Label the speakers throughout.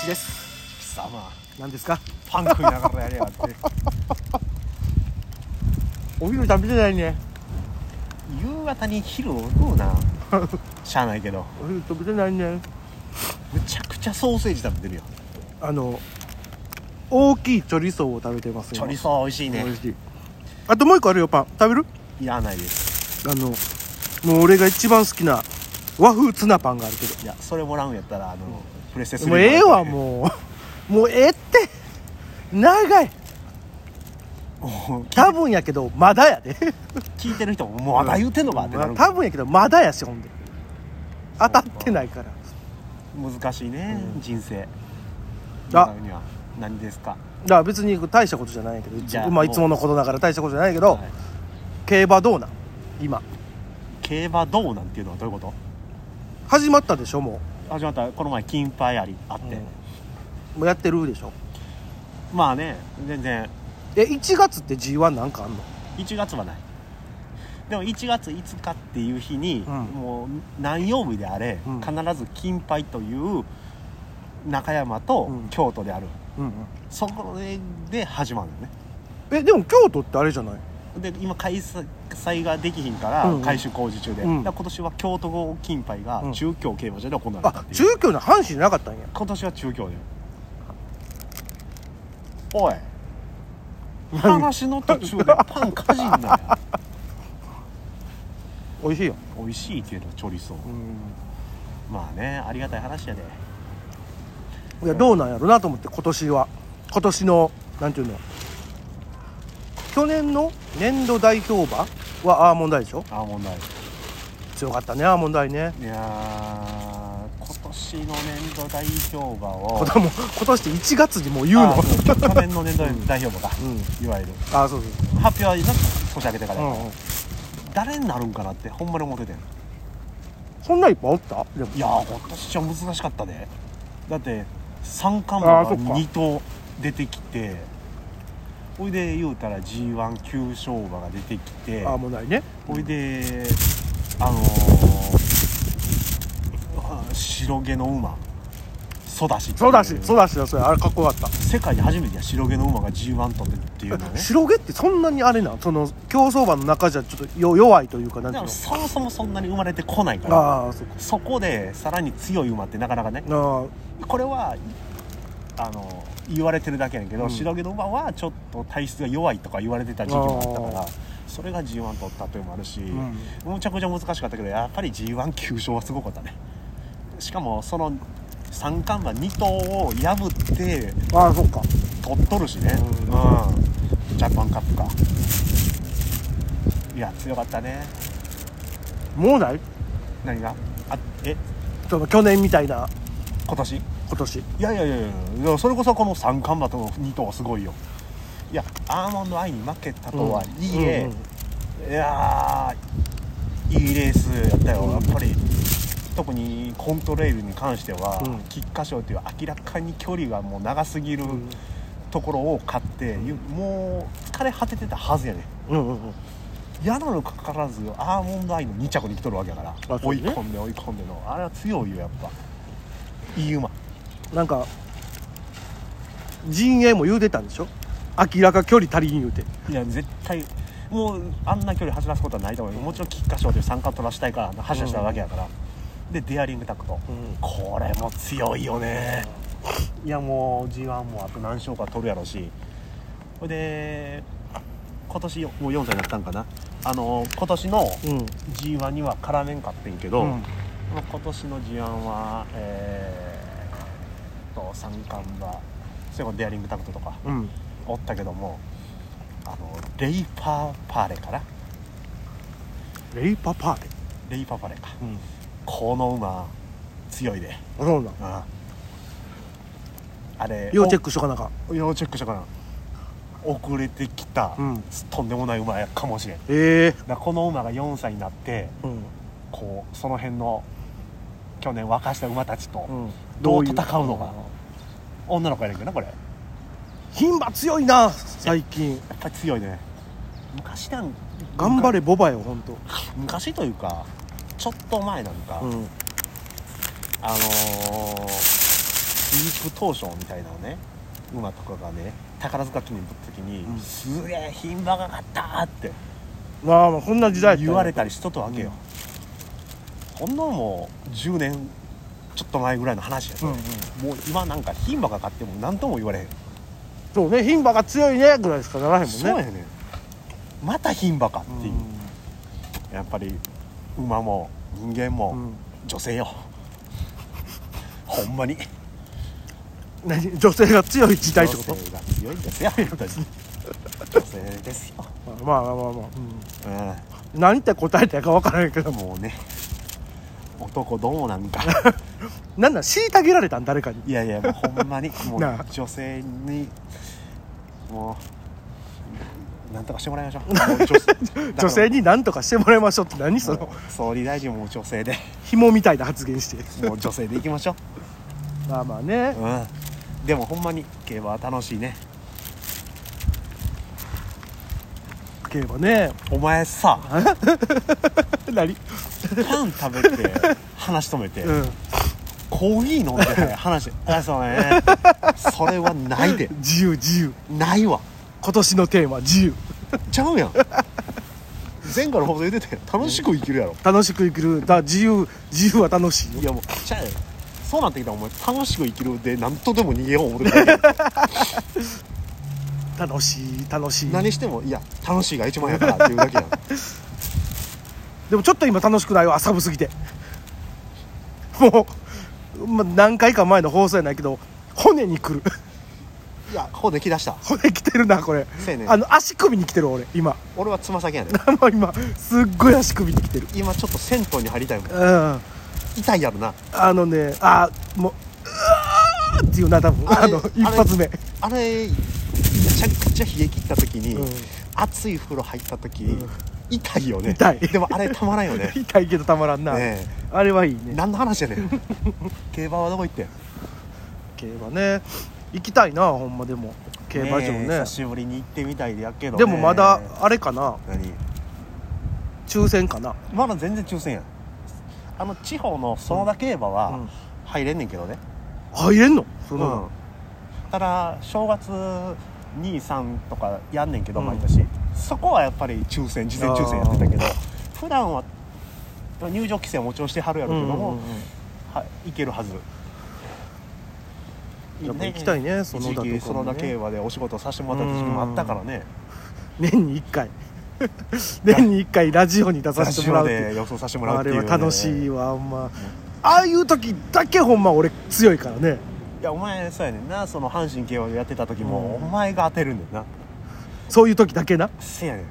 Speaker 1: ちです
Speaker 2: 貴様
Speaker 1: 何ですか
Speaker 2: パン食いながらやりやがって
Speaker 1: お昼食べてないね
Speaker 2: 夕方に昼を食うなしゃあないけど
Speaker 1: お昼食べてないね
Speaker 2: むちゃくちゃソーセージ食べてるよ
Speaker 1: あの大きいチョリソーを食べてます
Speaker 2: チョリソー美味しいね
Speaker 1: 美味しいあともう一個あるよパン食べる
Speaker 2: いらないです
Speaker 1: あのもう俺が一番好きな和風ツナパンがあるけど
Speaker 2: いやそれもらうんやったらあの、プレステ3
Speaker 1: もうええわ
Speaker 2: う
Speaker 1: もう もうええって長い多分やけどまだやで
Speaker 2: 聞いてる人ももう まだ言うてんのかってなる
Speaker 1: 多分やけどまだやしほんで当たってないから
Speaker 2: 難しいね、
Speaker 1: うん
Speaker 2: 人生習
Speaker 1: あ
Speaker 2: うには何ですか、
Speaker 1: だから別に大したことじゃないけどいつ,、
Speaker 2: じゃあ
Speaker 1: まあ、い
Speaker 2: もう
Speaker 1: つものことだから大したことじゃないけど、
Speaker 2: はい
Speaker 1: 競馬どうなん今
Speaker 2: 競馬どうなんていうのはどういうこ
Speaker 1: 始まったでしょも
Speaker 2: と始まったこの前金牌ありあって、
Speaker 1: うんうもうやってるでしょ
Speaker 2: まあね全然
Speaker 1: え1月って g 1なんかあんの
Speaker 2: 1月はないでも1月5日っていう日に、
Speaker 1: うん
Speaker 2: もう何曜日であれ、
Speaker 1: うん
Speaker 2: 必ず金杯という中山と
Speaker 1: うん
Speaker 2: 京都である、
Speaker 1: うん
Speaker 2: そこで始まるのね
Speaker 1: うんえでも京都ってあれじゃない
Speaker 2: で今開催ができひんから
Speaker 1: うんうん
Speaker 2: 改修工事中で、
Speaker 1: うん
Speaker 2: だから今年は京都金杯が
Speaker 1: うん
Speaker 2: 中京競馬場で行われた
Speaker 1: あ
Speaker 2: ってい
Speaker 1: 中
Speaker 2: う、
Speaker 1: 京の阪神じゃなかったんや
Speaker 2: 今年は中京でおい
Speaker 1: 何
Speaker 2: 話の途中でパンかじんなよ
Speaker 1: 美味しいよ
Speaker 2: 美味しいけどチョリソー
Speaker 1: うん
Speaker 2: まあねありがたい話やで
Speaker 1: いやどうなんやろなと思って今年は今年のなんていうの去年の年度代表馬はアーモンドアイでしょ
Speaker 2: アーモンドアイ
Speaker 1: 強かったねアーモンドアイね
Speaker 2: いやー今年の年度代表馬
Speaker 1: こ
Speaker 2: を
Speaker 1: だもう今年って1月にもう言うの
Speaker 2: あそう去年の年度代表馬か、
Speaker 1: うん
Speaker 2: いわゆる
Speaker 1: あそうそう
Speaker 2: 発表は年明けてから
Speaker 1: う
Speaker 2: やから、
Speaker 1: んうん
Speaker 2: 誰になるんかなってほんまに思っててん
Speaker 1: そんないっぱいおったでも
Speaker 2: いやー今年は難しかったでだって三冠
Speaker 1: あ
Speaker 2: 馬
Speaker 1: ー
Speaker 2: が
Speaker 1: そっか
Speaker 2: 2頭出てきてほいで言うたら g 1九勝馬が出てきて
Speaker 1: アーモンドアイね
Speaker 2: ほいであのー、白毛の馬ソダシってい
Speaker 1: そうだしそう
Speaker 2: う
Speaker 1: だしだそれあれかっこよかっ
Speaker 2: 世界で初めてや白毛の馬が g 1取ってって いうの
Speaker 1: た
Speaker 2: ね
Speaker 1: 白毛ってそんなにあれなんその競走馬の中じゃちょっとよ弱いというかなん
Speaker 2: で
Speaker 1: ていう
Speaker 2: もそ
Speaker 1: の
Speaker 2: もそもそんなに生まれてこないから
Speaker 1: ああそっか
Speaker 2: そこでさらに強い馬ってなかなかね
Speaker 1: あ
Speaker 2: これはあの言われてるだけやねんけど、
Speaker 1: うん
Speaker 2: 白毛の馬はちょっと体質が弱いとか言われてた時期もあったか
Speaker 1: あ
Speaker 2: らそれが g 1取ったというのもあるし、
Speaker 1: ーうん
Speaker 2: むちゃくちゃ難しかったけどやっぱり g 1急勝はすごかったねしかもその三冠馬2頭を破って
Speaker 1: ああそっか
Speaker 2: 取っとるしね、
Speaker 1: う
Speaker 2: うん、ジャパンカップかいや強かったね
Speaker 1: もうない
Speaker 2: 何があえ
Speaker 1: その去年みたいな
Speaker 2: 今年
Speaker 1: 今年
Speaker 2: いやいやいやいやいやそれこそこの三冠馬との2頭はすごいよいやアーモンドアイに負けたとはいえ、
Speaker 1: うんうん
Speaker 2: いやーいいレースやったよ、
Speaker 1: うん
Speaker 2: やっぱり特にコントレイルに関しては、
Speaker 1: うん
Speaker 2: 菊花賞という明らかに距離がもう長すぎる
Speaker 1: ん
Speaker 2: ところを勝って、ゆもう疲れ果ててたはずやね
Speaker 1: うんうんうん
Speaker 2: やなのかかわらずアーモンドアイの2着に来とるわけやから、
Speaker 1: そうね
Speaker 2: 追い込んで追い込んでのあれは強いよやっぱいい馬
Speaker 1: なんか陣営も言うてたんでしょ明らか距離足りん言うて
Speaker 2: いや絶対もうあんな距離走らすことはないと思うよもちろん菊花賞という参加取らしたいから走らしたわけやから、でデアリングタクト、これも強いよねいやもう G1 もあと何勝か取るやろうしほいで今年もう4歳になったんかなあの今年の
Speaker 1: うん
Speaker 2: G1 には絡めんかってんけど、
Speaker 1: うん
Speaker 2: まあ今年の G1 はえー、と三冠馬それこそデアリングタクトとか
Speaker 1: うん
Speaker 2: おったけどもあのレイパーパーレかな
Speaker 1: レイパパーテ
Speaker 2: レイパーパーレか
Speaker 1: うん
Speaker 2: この馬強いで、
Speaker 1: そうなん
Speaker 2: うん、あれ
Speaker 1: 要チェックしとかなあかん
Speaker 2: お要チェックしたかな遅れてきた、
Speaker 1: うん
Speaker 2: とんでもない馬やかもしれんだ
Speaker 1: え
Speaker 2: からこの馬が4歳になって
Speaker 1: えうん
Speaker 2: こうその辺の去年沸かした馬たちと、
Speaker 1: うん
Speaker 2: どう戦うのか女の子やねんけどなこれや
Speaker 1: 牝馬強いな最近
Speaker 2: っぱり強いね昔なん
Speaker 1: 頑張れボバよ本当
Speaker 2: 昔というかちょっと前なんか、
Speaker 1: うん
Speaker 2: あのーディープトーションみたいなね馬とかがね宝塚記念の時に、
Speaker 1: うん
Speaker 2: すげえ牝馬が勝ったーって
Speaker 1: まあまあこんな時代やったんや
Speaker 2: 言われたりしとったわけよ、ほんのもう10年ちょっと前ぐらいの話やそれ、
Speaker 1: うん
Speaker 2: もう今なんか牝馬が勝っても何とも言われへん、
Speaker 1: そうね牝馬が強いねぐらいしかならへんもんね
Speaker 2: そうやねんまた牝馬か
Speaker 1: うん
Speaker 2: っていう、やっぱり馬も人間も、
Speaker 1: うん
Speaker 2: 女性よほんまに
Speaker 1: 何女性が強い時代ってこと
Speaker 2: 女性が強いんですよ私女性ですよ、
Speaker 1: まあまあまあまあ、
Speaker 2: う
Speaker 1: うん、何て答えたか分からへんけど
Speaker 2: ん、もうね男どうなんか
Speaker 1: なんなん虐げられたん誰かに
Speaker 2: いやいやもうほんま にもう
Speaker 1: なあ
Speaker 2: 女性にもうなんとかしてもらいまし ょうもう女性
Speaker 1: 女性に何とかしてもらいましょうって何そ
Speaker 2: だから
Speaker 1: の
Speaker 2: もう総理大臣も女性で
Speaker 1: 紐みたいな発言して
Speaker 2: もう女性でいきましょ
Speaker 1: まあまあね
Speaker 2: う、うん、でもほんまに競馬は楽しいね
Speaker 1: 競馬ね
Speaker 2: お前さ
Speaker 1: 何
Speaker 2: パン食べて話し止めて、
Speaker 1: うん
Speaker 2: コーヒー飲んで話あそうねそれはないで
Speaker 1: 自由自由
Speaker 2: ないわ
Speaker 1: 今年のテーマ自由
Speaker 2: ちゃうやん前回の放送言ってたやん楽しく生きるやろ
Speaker 1: 楽しく生きるだ自由自由は楽しいよ
Speaker 2: いやもうちゃうやんそうなってきたらお前楽しく生きるで何とでも逃げよう思ってたやん
Speaker 1: 楽しい楽し い
Speaker 2: 何してもいや楽しいが一番やからっていうだけやん
Speaker 1: でもちょっと今楽しくないわ寒すぎてもう、ま、何回か前の放送やないけど骨に来る
Speaker 2: いやここできだした
Speaker 1: 骨来てるなこれ
Speaker 2: せやねん
Speaker 1: あの足首に来てる俺今
Speaker 2: 俺はつま先やねん
Speaker 1: もう今すっごい足首に来てる
Speaker 2: 今ちょっと銭湯に入りたいもん
Speaker 1: うんあ
Speaker 2: 痛いやろな
Speaker 1: のねあもううわーっていうな多分あ
Speaker 2: あれ
Speaker 1: の
Speaker 2: あれ
Speaker 1: 一発目
Speaker 2: あれめちゃくちゃ冷え切った時に、
Speaker 1: うん
Speaker 2: 熱い風呂入った時、
Speaker 1: うん
Speaker 2: 痛いよね
Speaker 1: 痛い
Speaker 2: でもあれたまらんよね
Speaker 1: 痛いけどたまらんな、
Speaker 2: ね
Speaker 1: あれはいい
Speaker 2: え
Speaker 1: ね
Speaker 2: 何の話やね ん競馬はどこ行ってん
Speaker 1: 競馬ね行きたいなほんまでも競馬場ね
Speaker 2: え久しぶりに行ってみたいでやけどね
Speaker 1: でもまだあれかな
Speaker 2: 何
Speaker 1: 抽選かな
Speaker 2: まだ全然抽選やんあの地方の園田競馬
Speaker 1: う
Speaker 2: は
Speaker 1: ん
Speaker 2: 入れんねんけどね
Speaker 1: 入れんのそ
Speaker 2: うん
Speaker 1: なの、
Speaker 2: ただ正月23とかやんねんけど
Speaker 1: うん
Speaker 2: 毎年、そこはやっぱり抽選事前抽選やってたけど普段は入場規制はもちろんしてはるやろうけども、
Speaker 1: うんうんうん
Speaker 2: はい、行けるはず
Speaker 1: やっぱ行きたいね園田とかもね
Speaker 2: 一時期園田競馬でお仕事させてもらった時期もあったからね
Speaker 1: 年に1回 年に1回ラジオに出さ
Speaker 2: ラ
Speaker 1: せて
Speaker 2: ジ
Speaker 1: もら
Speaker 2: オ
Speaker 1: うっていう
Speaker 2: で予想させてもらう
Speaker 1: あ
Speaker 2: って
Speaker 1: れ
Speaker 2: いう、ね、
Speaker 1: は楽しいわほんまああいう時だけほんま俺強いからね
Speaker 2: いやお前そうやねんなその阪神競馬でやってた時も、
Speaker 1: うん
Speaker 2: お前が当てるんだよ
Speaker 1: そういう時だけな
Speaker 2: なせやね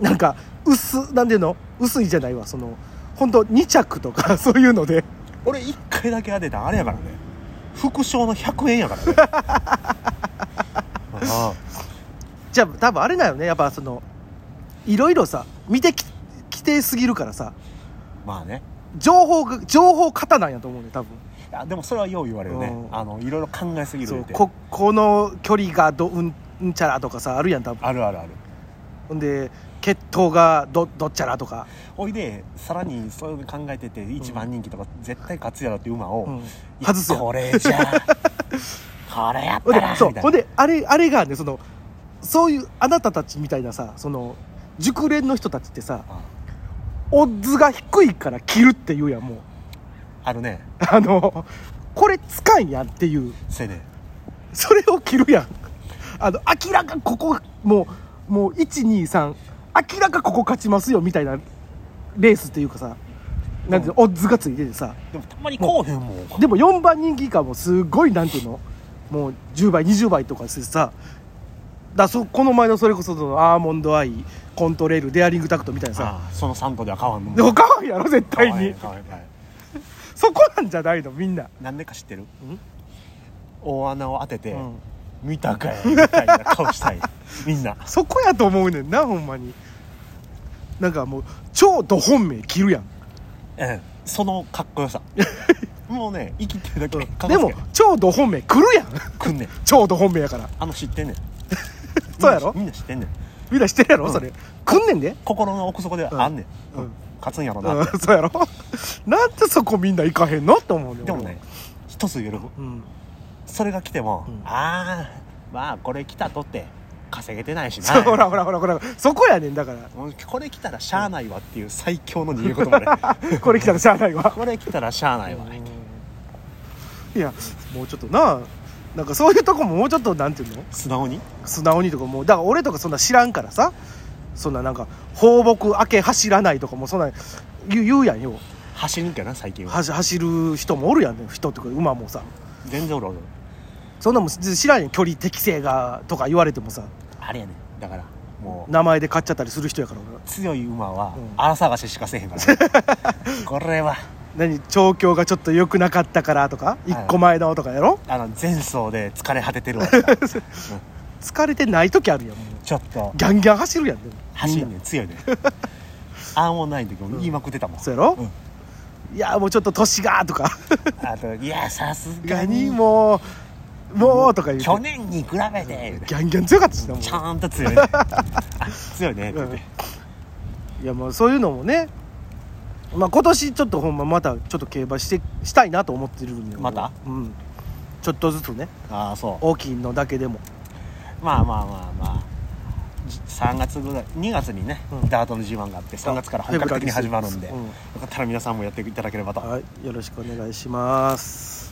Speaker 2: ん
Speaker 1: なんか薄なんていうの薄いじゃないわその本当2着とか そういうので
Speaker 2: 俺1回だけ当てたんあれやからね副賞の100円や からねああ
Speaker 1: じゃあ多分あれだよねやっぱそのいろいろさ見てききてすぎるからさ
Speaker 2: まあね
Speaker 1: 情報が情報型なんやと思うね多分
Speaker 2: いやでもそれはよう言われるね、
Speaker 1: うん
Speaker 2: あのいろいろ考えすぎ
Speaker 1: そ
Speaker 2: るっ
Speaker 1: う
Speaker 2: て
Speaker 1: ここの距離がどうんうんちゃらとかさあるやん多分
Speaker 2: あるあるある
Speaker 1: ほんで血統がどどっちゃらとか、
Speaker 2: おいでさらにそういうの考えてて一番人気とか絶対勝つやろっていう馬を、
Speaker 1: うん
Speaker 2: いや
Speaker 1: 外すやん
Speaker 2: これじゃ これやっ
Speaker 1: ほん
Speaker 2: た
Speaker 1: で
Speaker 2: ら
Speaker 1: そう
Speaker 2: みたい
Speaker 1: ほ
Speaker 2: なん
Speaker 1: であれあれがねそのそういうあなたたちみたいなさその熟練の人たちってさ
Speaker 2: あ
Speaker 1: オッズが低いから切るっていうやんもう
Speaker 2: あるね
Speaker 1: あのこれ使いやんっていう
Speaker 2: せやねん
Speaker 1: それを切るやんあの明らかここもうもう123明らかここ勝ちますよみたいなレースっていうかさなんていうのオッズがついててさ
Speaker 2: でもたまにこうへんもん
Speaker 1: でも4番人気以下もすごいなんていうのもう10倍20倍とかしてさだそこの前のそれこそそのアーモンドアイコントレールデアリングタクトみたいなさ
Speaker 2: ああその3頭では買わんの
Speaker 1: でも可愛いやろ絶対
Speaker 2: 買わへん
Speaker 1: に
Speaker 2: 買わへん買わへん
Speaker 1: そこなんじゃないのみんな
Speaker 2: なんでか知ってる大穴を当てて、
Speaker 1: うん
Speaker 2: 見たかいみたいな顔した いみんな
Speaker 1: そこやと思うねんなほんまになんかもう超ド本命切るやん
Speaker 2: うんそのかっこ よさもうね生きてるだけかっこ
Speaker 1: で
Speaker 2: よ
Speaker 1: も超ド本命来るやん
Speaker 2: くんねん
Speaker 1: 超ド本命やから
Speaker 2: あの知ってんねん
Speaker 1: そうやろ
Speaker 2: みんな知ってんねん
Speaker 1: みんな知ってるやろ、
Speaker 2: うん
Speaker 1: それ来んねんで
Speaker 2: 心の奥底ではあんねん、
Speaker 1: うん
Speaker 2: うん勝つんやろな、
Speaker 1: うんそうやろなんでそこみんな行かへんのって思うねん
Speaker 2: でもね一つ言える
Speaker 1: 俺はうん
Speaker 2: それが来ても、
Speaker 1: うん
Speaker 2: ああまあこれ来たとって稼げてないしな
Speaker 1: そうほらほらほらほらそこやねんだから
Speaker 2: もうこれ来たらしゃあないわっていう最強の逃げ言もね
Speaker 1: これ来たらしゃあないわ
Speaker 2: これ来たらしゃあないわ、
Speaker 1: いやもうちょっとななんかそういうとこももうちょっとなんていうの
Speaker 2: 素直に
Speaker 1: 素直にとかもうだから俺とかそんな知らんからさそんななんか放牧明け走らないとかもそんな言う言うやんよ
Speaker 2: 走るんかな最近は
Speaker 1: はし走る人もおるやんね人とか馬もさ
Speaker 2: 全然おるおる
Speaker 1: そんなもん知らんやん距離適正がとか言われてもさ
Speaker 2: あれやねんだからもう
Speaker 1: 名前で買っちゃったりする人やから俺は
Speaker 2: 強い馬は
Speaker 1: うん
Speaker 2: 荒探ししかせえへんから、これは
Speaker 1: 何調教がちょっと良くなかったからとか
Speaker 2: い
Speaker 1: 一個前のとかやろ
Speaker 2: あの前走で疲れ果ててるわうん
Speaker 1: 疲れてない時あるやんもう
Speaker 2: ちょっと
Speaker 1: ギャンギャン走るやんでも
Speaker 2: 走んねん強いねんアーモンナインの時も言いまくってたもん、
Speaker 1: そうやろ
Speaker 2: うん、
Speaker 1: いやもうちょっと年が とか
Speaker 2: あといやさすが
Speaker 1: ガニ
Speaker 2: に
Speaker 1: もうもうとか言うて
Speaker 2: 去年に比べて
Speaker 1: ギャンギャン強かったしなもう
Speaker 2: ちゃんと強いねあ強いねって言って
Speaker 1: いやまあそういうのもねまあ今年ちょっとほんままたちょっと競馬してしたいなと思ってるんで
Speaker 2: また
Speaker 1: うんちょっとずつね
Speaker 2: ああそう
Speaker 1: 大きいのだけでも
Speaker 2: まあまあまあまあじ3月ぐらい2月にね、
Speaker 1: うん
Speaker 2: ダートの G1 があって3月から本格的に始まるんで、
Speaker 1: うん
Speaker 2: よかったら皆さんもやっていただければと
Speaker 1: はいよろしくお願いします